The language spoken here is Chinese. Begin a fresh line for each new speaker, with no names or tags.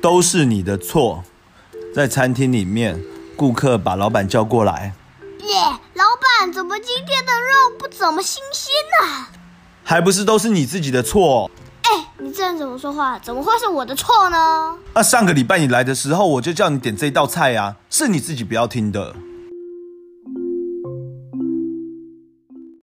都是你的错。在餐厅里面，顾客把老板叫过来，
耶，老板，怎么今天的肉不怎么新鲜啊呢、
还不是都是你自己的错。
哎，你这样怎么说话？怎么会是我的错呢？
那上个礼拜你来的时候，我就叫你点这道菜啊，是你自己不要听的。